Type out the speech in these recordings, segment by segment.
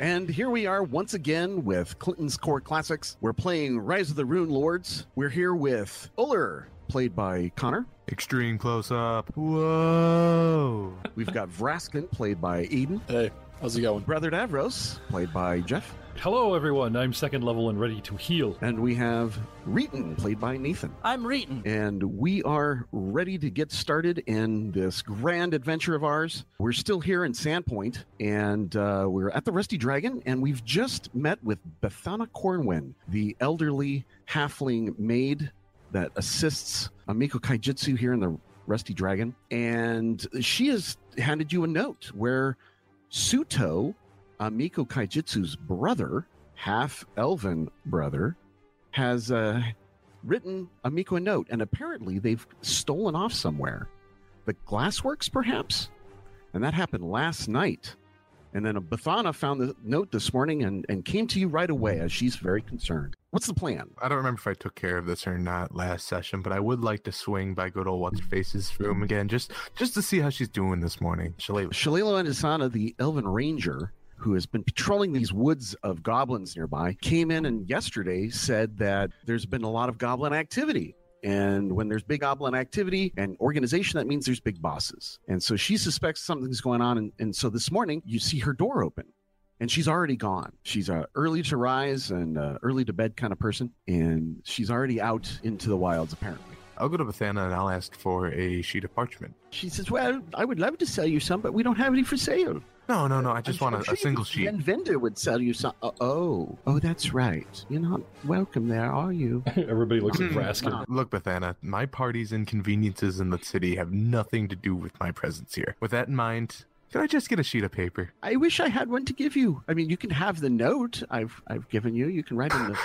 And here we are once again with Clinton's Core Classics. We're playing Rise of the Rune Lords. We're here with Uller, played by Connor. Extreme close up. Whoa. We've got Vraskin, played by Aiden. Hey, how's it going? Brother Davros, played by Jeff. Hello, everyone. I'm second level and ready to heal. And we have Reeton, played by Nathan. I'm Reeton. And we are ready to get started in this grand adventure of ours. We're still here in Sandpoint, and uh, we're at the Rusty Dragon, and we've just met with Bethana Cornwin, the elderly halfling maid that assists Amiko Kaijitsu here in the Rusty Dragon. And she has handed you a note where Suto, Amiko Kaijitsu's brother, half elven brother, has uh, written Amiko a note, and apparently they've stolen off somewhere. The glassworks, perhaps? And that happened last night. And then Bethana found the note this morning and, and came to you right away as she's very concerned. What's the plan? I don't remember if I took care of this or not last session, but I would like to swing by good old what's her face's room again just just to see how she's doing this morning. Shalala. Shalila and Asana, the elven ranger who has been patrolling these woods of goblins nearby, came in and yesterday said that there's been a lot of goblin activity. And when there's big goblin activity and organization, that means there's big bosses. And so she suspects something's going on. And, and so this morning, you see her door open and she's already gone. She's a early to rise and uh, early to bed kind of person. And she's already out into the wilds, apparently. I'll go to Bethana and I'll ask for a sheet of parchment. She says, Well, I would love to sell you some, but we don't have any for sale. No, no, no. I just I'm want a, sure a single the sheet. Grand vendor would sell you some. Oh, oh, oh, that's right. You're not welcome there, are you? Everybody looks at Hmm. Vraskin. Look, Bethana, my party's inconveniences in the city have nothing to do with my presence here. With that in mind, could I just get a sheet of paper? I wish I had one to give you. I mean, you can have the note I've I've given you. You can write in the.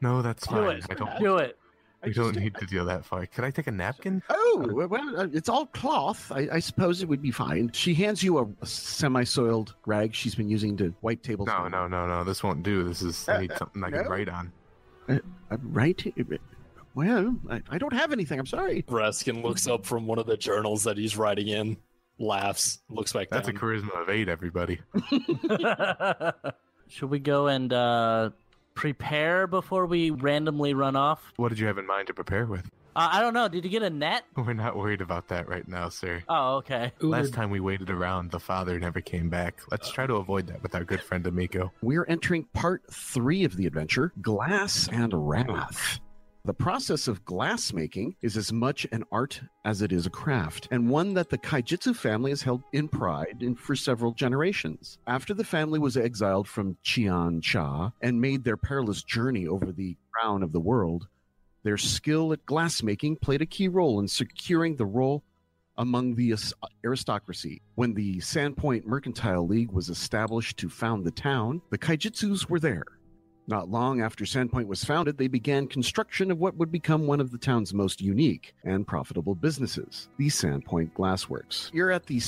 No, that's Do fine. it. I don't. Do it. I We just don't need to deal that far. Could I take a napkin? Oh, Uh, well, uh, it's all cloth. I, I suppose it would be fine. She hands you a, semi soiled rag she's been using to wipe tables. No, down. no, no, no. This won't do. This is I need something I can no. write on. Uh, right? Well, I, I don't have anything. I'm sorry. Raskin looks up from one of the journals that he's writing in, laughs, looks back That's a down. charisma of eight, everybody. Should we go and uh, prepare before we randomly run off? What did you have in mind to prepare with? Uh, I don't know. Did you get a net? We're not worried about that right now, sir. Oh, okay. Last time we waited around, the father never came back. Let's try to avoid that with our good friend Amico. We're entering part three of the adventure Glass and Wrath. The process of glassmaking is as much an art as it is a craft, and one that the Kaijitsu family has held in pride in for several generations. After the family was exiled from Chian Cha and made their perilous journey over the crown of the world, their skill at glassmaking played a key role in securing the role among the as- aristocracy. When the Sandpoint Mercantile League was established to found the town, the Kaijitsus were there. Not long after Sandpoint was founded, they began construction of what would become one of the town's most unique and profitable businesses, the Sandpoint Glassworks. You're at the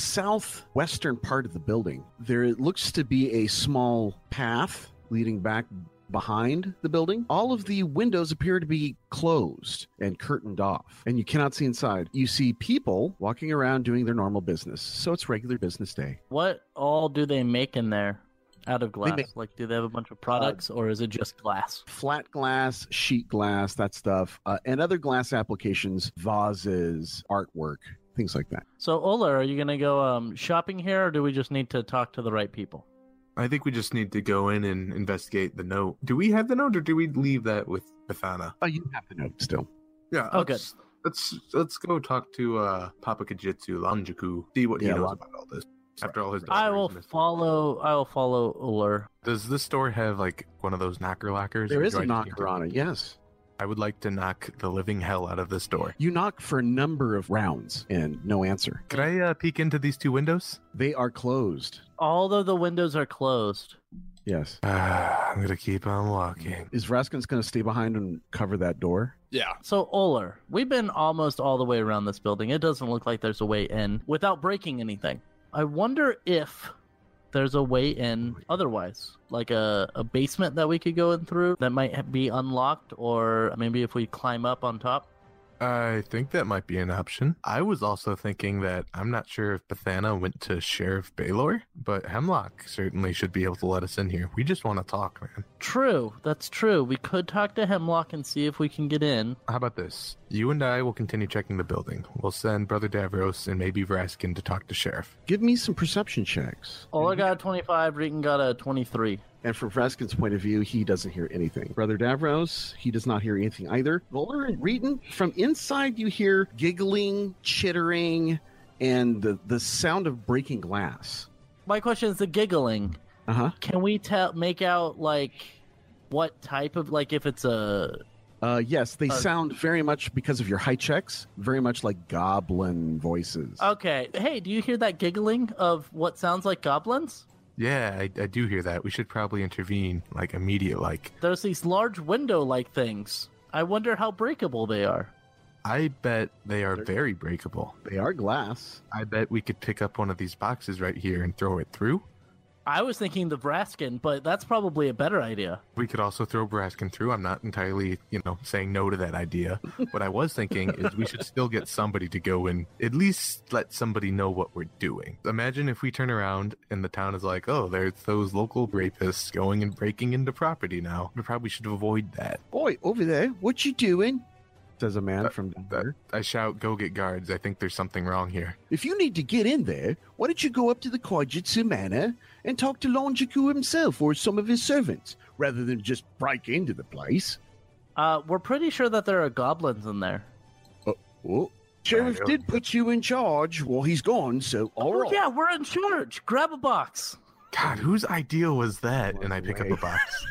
southwestern part of the building. There looks to be a small path leading back behind the building. All of the windows appear to be closed and curtained off, and you cannot see inside. You see people walking around doing their normal business. So it's regular business day. What all do they make in there out of glass? make- like, do they have a bunch of products or is it just glass? flat glass, sheet glass, that stuff, uh, and other glass applications, vases, artwork, things like that. So, Ola, are you going to go um, shopping here or do we just need to talk to the right people? I think we just need to go in and investigate the note. Do we have the note, or do we leave that with Bethana? Oh, you have the note still. Yeah. Oh, good. let's- Let's let's go talk to uh, Papa Kajitsu Lanjaku. See what he Yeah, knows Lan- about all this. After all his, I daughter will is missing. follow. I will follow Uller. Does this store have like one of those knocker lockers? There or is do a I just need knocker to- on it. Yes, I would like to knock the living hell out of this door. you knock for a number of rounds and no answer. Could I uh, peek into these two windows? They are closed. Although the windows are closed, Yes. Ah, I'm gonna keep on walking. Is Raskin's going to stay behind and cover that door? yeah. So, Oler, we've been almost all the way around this building. It doesn't look like there's a way in without breaking anything. I wonder if there's a way in otherwise, like a, a basement that we could go in through that might ha- be unlocked, or maybe if we climb up on top. I think that might be an option. I was also thinking that I'm not sure if Bethana went to Sheriff Baylor, but Hemlock certainly should be able to let us in here. We just want to talk, man. True, that's true. We could talk to Hemlock and see if we can get in. How about this? You and I will continue checking the building. We'll send Brother Davros and maybe Vraskin to talk to Sheriff. Give me some perception checks. Ola got a 25, Regan got a 23. And from Fraskin's point of view, he doesn't hear anything. Brother Davros, he does not hear anything either. Voller and Reeton, from inside you hear giggling, chittering, and the, the sound of breaking glass. My question is the giggling. Uh huh. Can we tell make out like what type of like if it's a Uh, yes, they Uh, sound very much because of your high checks, very much like goblin voices. Uh, Okay. Hey, do you hear that giggling of what sounds like goblins? Yeah, I, I do hear that. We should probably intervene, like immediate. Like, There's these large window-like things. I wonder how breakable they are. I bet they are very breakable. they are glass. I bet we could pick up one of these boxes right here and throw it through. I was thinking the Braskin, but that's probably a better idea. We could also throw Braskin through. I'm not entirely, you know, saying no to that idea. what I was thinking is we should still get somebody to go and at least let somebody know what we're doing. Imagine if we turn around and the town is like, oh, there's those local rapists going and breaking into property now. We probably should avoid that. Boy, over there, what you doing? Says a man from down that- there. I shout, go get guards. I think there's something wrong here. If you need to get in there, why don't you go up to the Kaijutsu Manor and talk to Longiku himself or some of his servants, rather than just break into the place? Uh, we're pretty sure that there are goblins in there. Oh, Sheriff Right, did put you in charge while he's gone, so all Oh, right. yeah, we're in charge. Grab a box. God, whose idea was that? And I pick up a Right. box.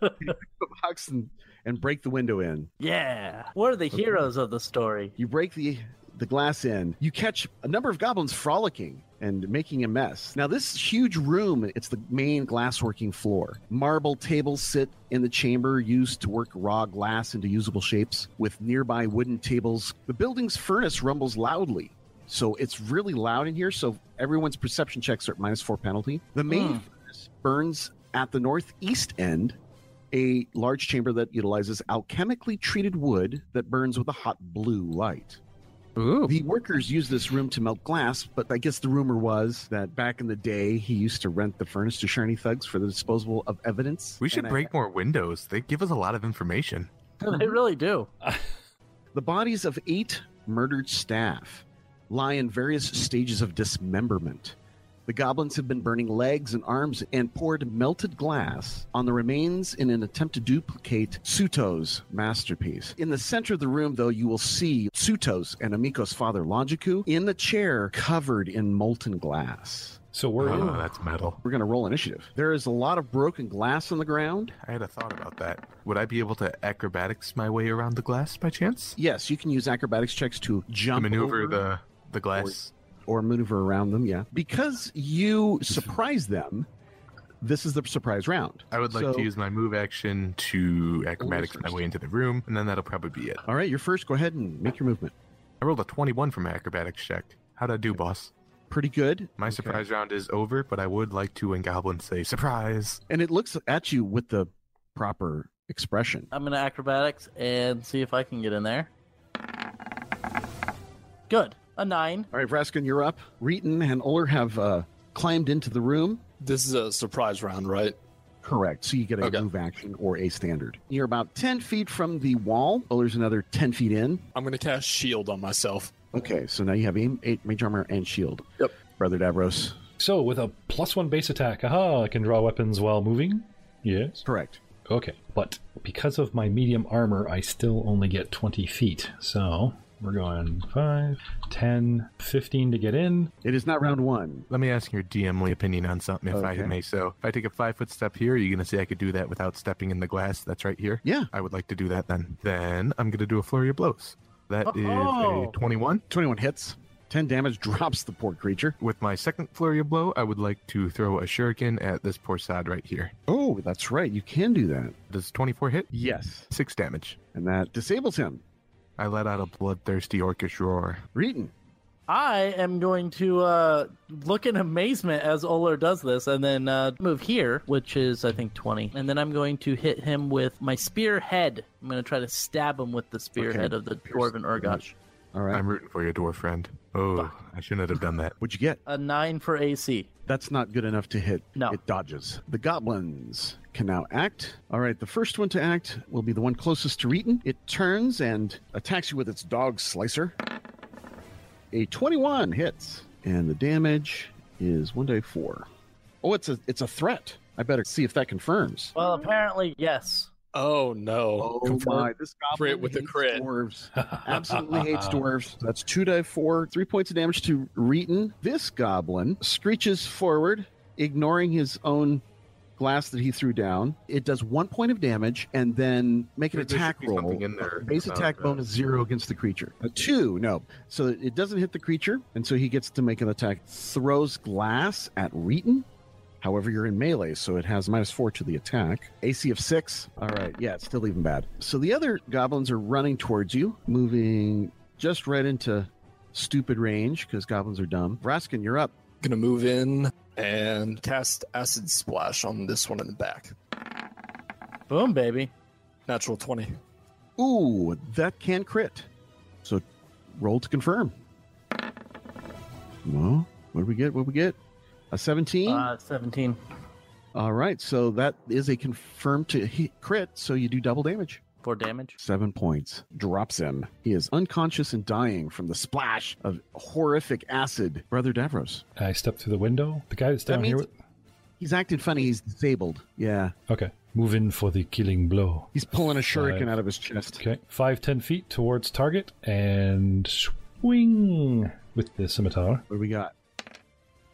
The box and, and break the window in. Yeah, we're the heroes of the story. You break the the glass in. You catch a number of goblins frolicking and making a mess. Now this huge room, it's the main glassworking floor. Marble tables sit in the chamber used to work raw glass into usable shapes with nearby wooden tables. The building's furnace rumbles loudly. So it's really loud in here, so everyone's perception checks are at minus 4 penalty. The main Hmm. furnace burns at the northeast end a large chamber that utilizes alchemically treated wood that burns with a hot blue light. Ooh. The workers use this room to melt glass, but I guess the rumor was that back in the day, he used to rent the furnace to Shiny Thugs for the disposal of evidence. We should And I- break more windows. They give us a lot of information. They really do. the bodies of eight murdered staff lie in various stages of dismemberment. The goblins have been burning legs and arms and poured melted glass on the remains in an attempt to duplicate Suto's masterpiece. In the center of the room, though, you will see Suto's and Amiko's father, Longiku, in the chair covered in molten glass. So we're Oh, Ah. in. that's metal. We're going to roll initiative. There is a lot of broken glass on the ground. I had a thought about that. Would I be able to acrobatics my way around the glass by chance? Yes, you can use acrobatics checks to To jump maneuver over. the the glass. or maneuver around them. Yeah, because you surprise them. This is the surprise round. I would like So- to use my move action to acrobatics my first. way into the room, and then that'll probably be it. All right, you're first. Go ahead and make your movement. I rolled a 21 for my acrobatics check. How'd I do, boss? Pretty good. My Okay. surprise round is over, but I would like to, in Goblin, say surprise. And it looks at you with the proper expression. I'm gonna acrobatics and see if I can get in there. Good, a nine. All right, Vraskin, you're up. Reeton and Oler have uh, climbed into the room. This is a surprise round, right? Correct. So you get a Okay. move action or a standard. You're about 10 feet from the wall. Oler's another 10 feet in. I'm gonna cast shield on myself. Okay, so now you have aim, eight mage armor and shield. Yep. Brother Davros. So with a plus one base attack, aha, I can draw weapons while moving. Yes. Correct. Okay, but because of my medium armor, I still only get 20 feet. So we're going 5, 10, 15 to get in. It is not round one. Let me ask your DMly opinion on something, if I Okay. may. So, if I take a five foot step here, are you going to say I could do that without stepping in the glass that's right here? Yeah. I would like to do that then. Then I'm going to do a flurry of blows. That is Oh. a 21. 21 hits. 10 damage drops the poor creature. With my second flurry of blow, I would like to throw a shuriken at this poor sod right here. Oh, that's right. You can do that. Does 24 hit? Yes. Six damage. And that disables him. I let out a bloodthirsty orcish roar. Reeton. I am going to uh, look in amazement as Oler does this and then uh, move here, which is, I think, 20. And then I'm going to hit him with my spear head. I'm going to try to stab him with the spear Okay. head of the Dwarven Urgosh. All right. I'm rooting for your dwarf friend. Oh, I shouldn't have done that. What'd you get? A 9 for AC. That's not good enough to hit. No. It dodges. The goblins can now act. All right, the first one to act will be the one closest to Reeton. It turns and attacks you with its dog slicer. A 21 hits, and the damage is 1d4. Oh, it's a it's a threat. I better see if that confirms. Well, apparently, yes. Oh no! Oh Confirm. my! This goblin Crit with the hates crit. dwarves. Absolutely hates dwarves. That's two die four, three points of damage to Reeton. This goblin screeches forward, ignoring his own glass that he threw down. It does one point of damage and then make an There- there attack should be something roll. in there Base about attack that. bonus zero against the creature. A two, no. So it doesn't hit the creature, and so he gets to make an attack. Throws glass at Reeton. However, you're in melee, so it has minus four to the attack. AC of six. All right. Yeah, it's still even bad. So the other goblins are running towards you, moving just right into stupid range because goblins are dumb. Raskin, you're up. Gonna move in and cast acid splash on this one in the back. Boom, baby. Natural twenty. Ooh, that can crit. So roll to confirm. Well, what do we get? What do we get? A 17? Uh, 17. All right. So that is a confirmed to hit crit. So you do double damage. for damage. Seven points. Drops him. He is unconscious and dying from the splash of horrific acid. Brother Davros. I step through the window. The guy that's That down here. means- With... He's acting funny. He's disabled. Yeah. Okay. Move in for the killing blow. He's pulling a shuriken Five. out of his chest. Okay. Five, ten feet towards target and swing with the scimitar. What do we got?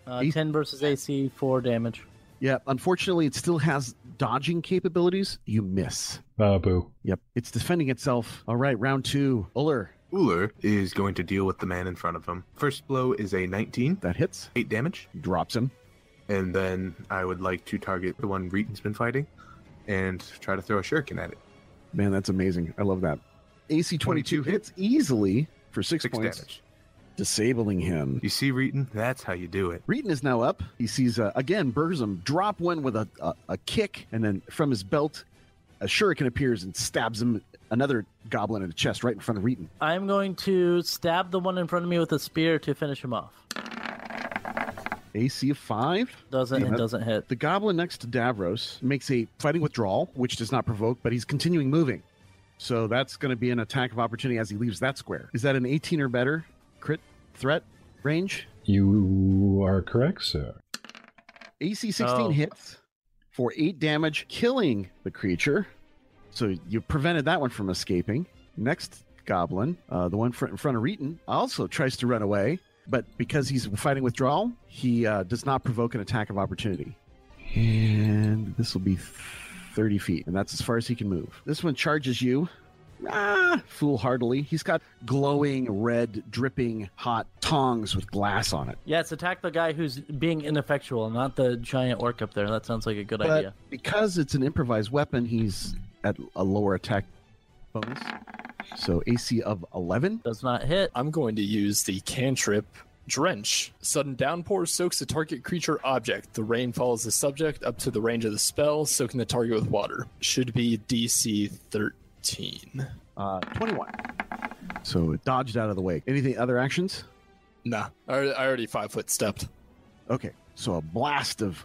Uh, Eight. 10 versus AC, 4 damage. Yeah. Unfortunately, it still has dodging capabilities. You miss. Ah, boo. Yep. It's defending itself. All right. Round two. Uller. Uller is going to deal with the man in front of him. First blow is a 19, That hits. 8 damage. Drops him. And then I would like to target the one Reeton's been fighting and try to throw a shuriken at it. Man, that's amazing. I love that. AC 22 22 hits easily for six, 6 points, damage. disabling him. You see, Reeton? That's how you do it. Reeton is now up. He sees, uh, again, Burzum drop one with a, a, a kick, and then from his belt, a shuriken appears and stabs him, another goblin in the chest right in front of Reeton. I'm going to stab the one in front of me with a spear to finish him off. AC of 5. Doesn't Yeah. it doesn't hit. The goblin next to Davros makes a fighting withdrawal, which does not provoke, but he's continuing moving. So that's going to be an attack of opportunity as he leaves that square. Is that an 18 or better crit threat range? You are correct, sir. AC 16 Oh. hits for eight damage, killing the creature. So you prevented that one from escaping. Next goblin, uh, the one fr- in front of Reeton, also tries to run away, but because he's fighting withdrawal, he uh, does not provoke an attack of opportunity. And this will be 30 feet, and that's as far as he can move. This one charges you. Ah, foolhardily. He's got glowing red, dripping hot tongs with glass on it. Yes, attack the guy who's being ineffectual, not the giant orc up there. That sounds like a good but idea. because it's an improvised weapon, he's at a lower attack bonus. So AC of 11. Does not hit. I'm going to use the cantrip drench. Sudden downpour soaks a target creature object. The rain follows the subject up to the range of the spell, soaking the target with water. Should be DC 13. Uh, 21. So it dodged out of the way. Anything other actions? Nah, I already, I already five foot stepped. Okay. So a blast of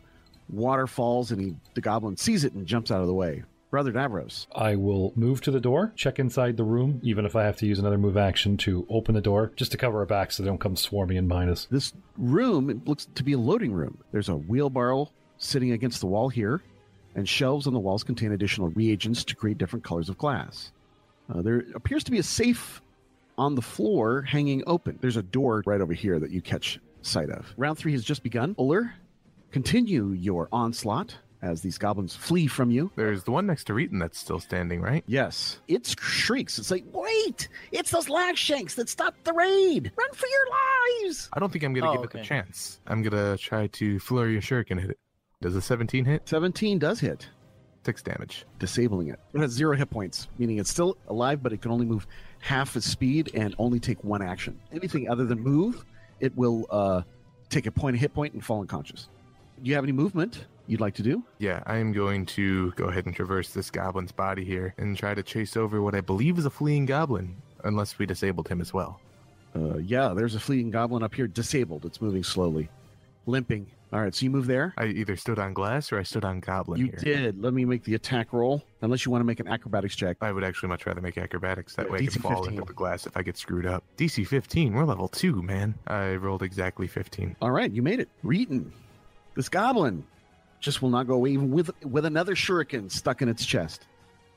water falls, and he, the goblin sees it and jumps out of the way. Brother Davros. I will move to the door, check inside the room, even if I have to use another move action to open the door, just to cover our backs so they don't come swarming in behind us. This room it looks to be a loading room. There's a wheelbarrow sitting against the wall here, and shelves on the walls contain additional reagents to create different colors of glass. Uh, there appears to be a safe on the floor hanging open. There's a door right over here that you catch sight of. Round three has just begun. Uller, continue your onslaught as these goblins flee from you. There's the one next to Reeton that's still standing, right? Yes. It shrieks. It's like, wait, it's those lagshanks that stopped the raid. Run for your lives. I don't think I'm going to Oh, give it a okay. chance. I'm going to try to flurry a shuriken hit it. Does a 17 hit? 17 does hit. 6 damage. disabling it. It has zero hit points, meaning it's still alive, but it can only move half its speed and only take one action. Anything other than move it will uh, take a point, a hit point, and fall unconscious. Do you have any movement you'd like to do? Yeah, I am going to go ahead and traverse this goblin's body here and try to chase over what I believe is a fleeing goblin, unless we disabled him as well. Uh, yeah, there's a fleeing goblin up here, disabled. It's moving slowly, limping. All right, so you move there. I either stood on glass or I stood on goblin You here. did. Let me make the attack roll, unless you want to make an acrobatics check. I would actually much rather make acrobatics. That Yeah, way I DC can fall 15. into the glass if I get screwed up. DC 15, we're level 2, man. I rolled exactly 15. All right, you made it. Reeton, this goblin just will not go away, even with with another shuriken stuck in its chest.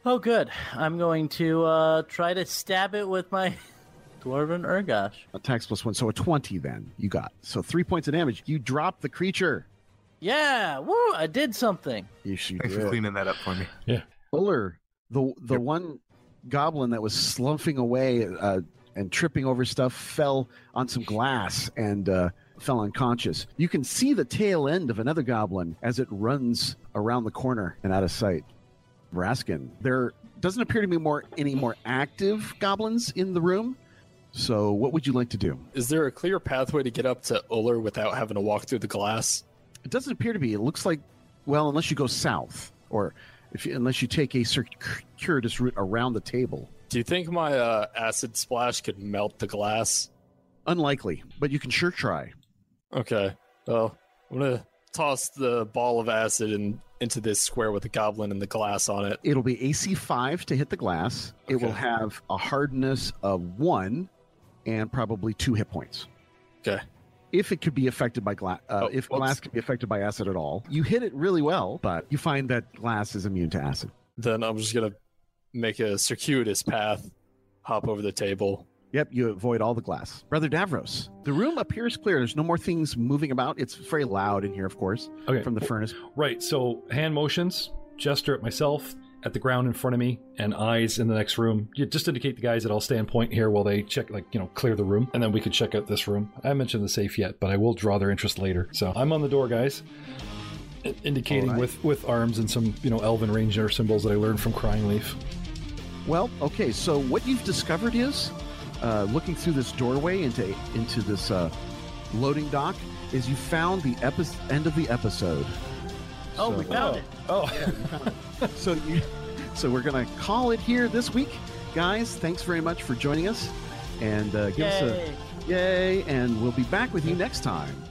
Oh, good. I'm going to uh, try to stab it with my dwarven ergosh. Attacks plus one, so a twenty. Then you got so three points of damage. You drop the creature. Yeah, woo! I did something. You should. Thanks for cleaning that up for me. Fuller, the the Yep. one goblin that was slumping away uh, and tripping over stuff, fell on some glass and uh, fell unconscious. You can see the tail end of another goblin as it runs around the corner and out of sight. Raskin, there doesn't appear to be more any more active goblins in the room. So, what would you like to do? Is there a clear pathway to get up to Uller without having to walk through the glass? It doesn't appear to be. It looks like, well, unless you go south, or if you, unless you take a circuitous route around the table. Do you think my uh, acid splash could melt the glass? Unlikely, but you can sure try. Okay. Well, I'm gonna toss the ball of acid in, into this square with the goblin and the glass on it. It'll be AC 5 to hit the glass. It will Okay. have a hardness of 1 and probably 2 hit points. Okay. If it could be affected by glass, uh, Oh, if whoops. glass could be affected by acid at all, you hit it really well, but you find that glass is immune to acid. Then I'm just gonna make a circuitous path, hop over the table. Yep, you avoid all the glass. Brother Davros, the room appears clear. There's no more things moving about. It's very loud in here, of course, Okay. from the furnace. Right, so hand motions, gesture at myself, at the ground in front of me, and eyes in the next room. You just indicate the guys that I'll stand point here while they check, like, you know, clear the room, and then we can check out this room. I haven't mentioned the safe yet, but I will draw their interest later. So I'm on the door, guys, i- indicating Alright. with, with arms and some, you know, elven ranger symbols that I learned from Crying Leaf. Well, okay. So what you've discovered is, uh, looking through this doorway into into this uh, loading dock, is you found the epi- end of the episode. Oh, so, we found it. Oh, So you, so we're gonna call it here this week, guys. Thanks very much for joining us, and uh, give us Yay. a yay, and we'll be back with you next time.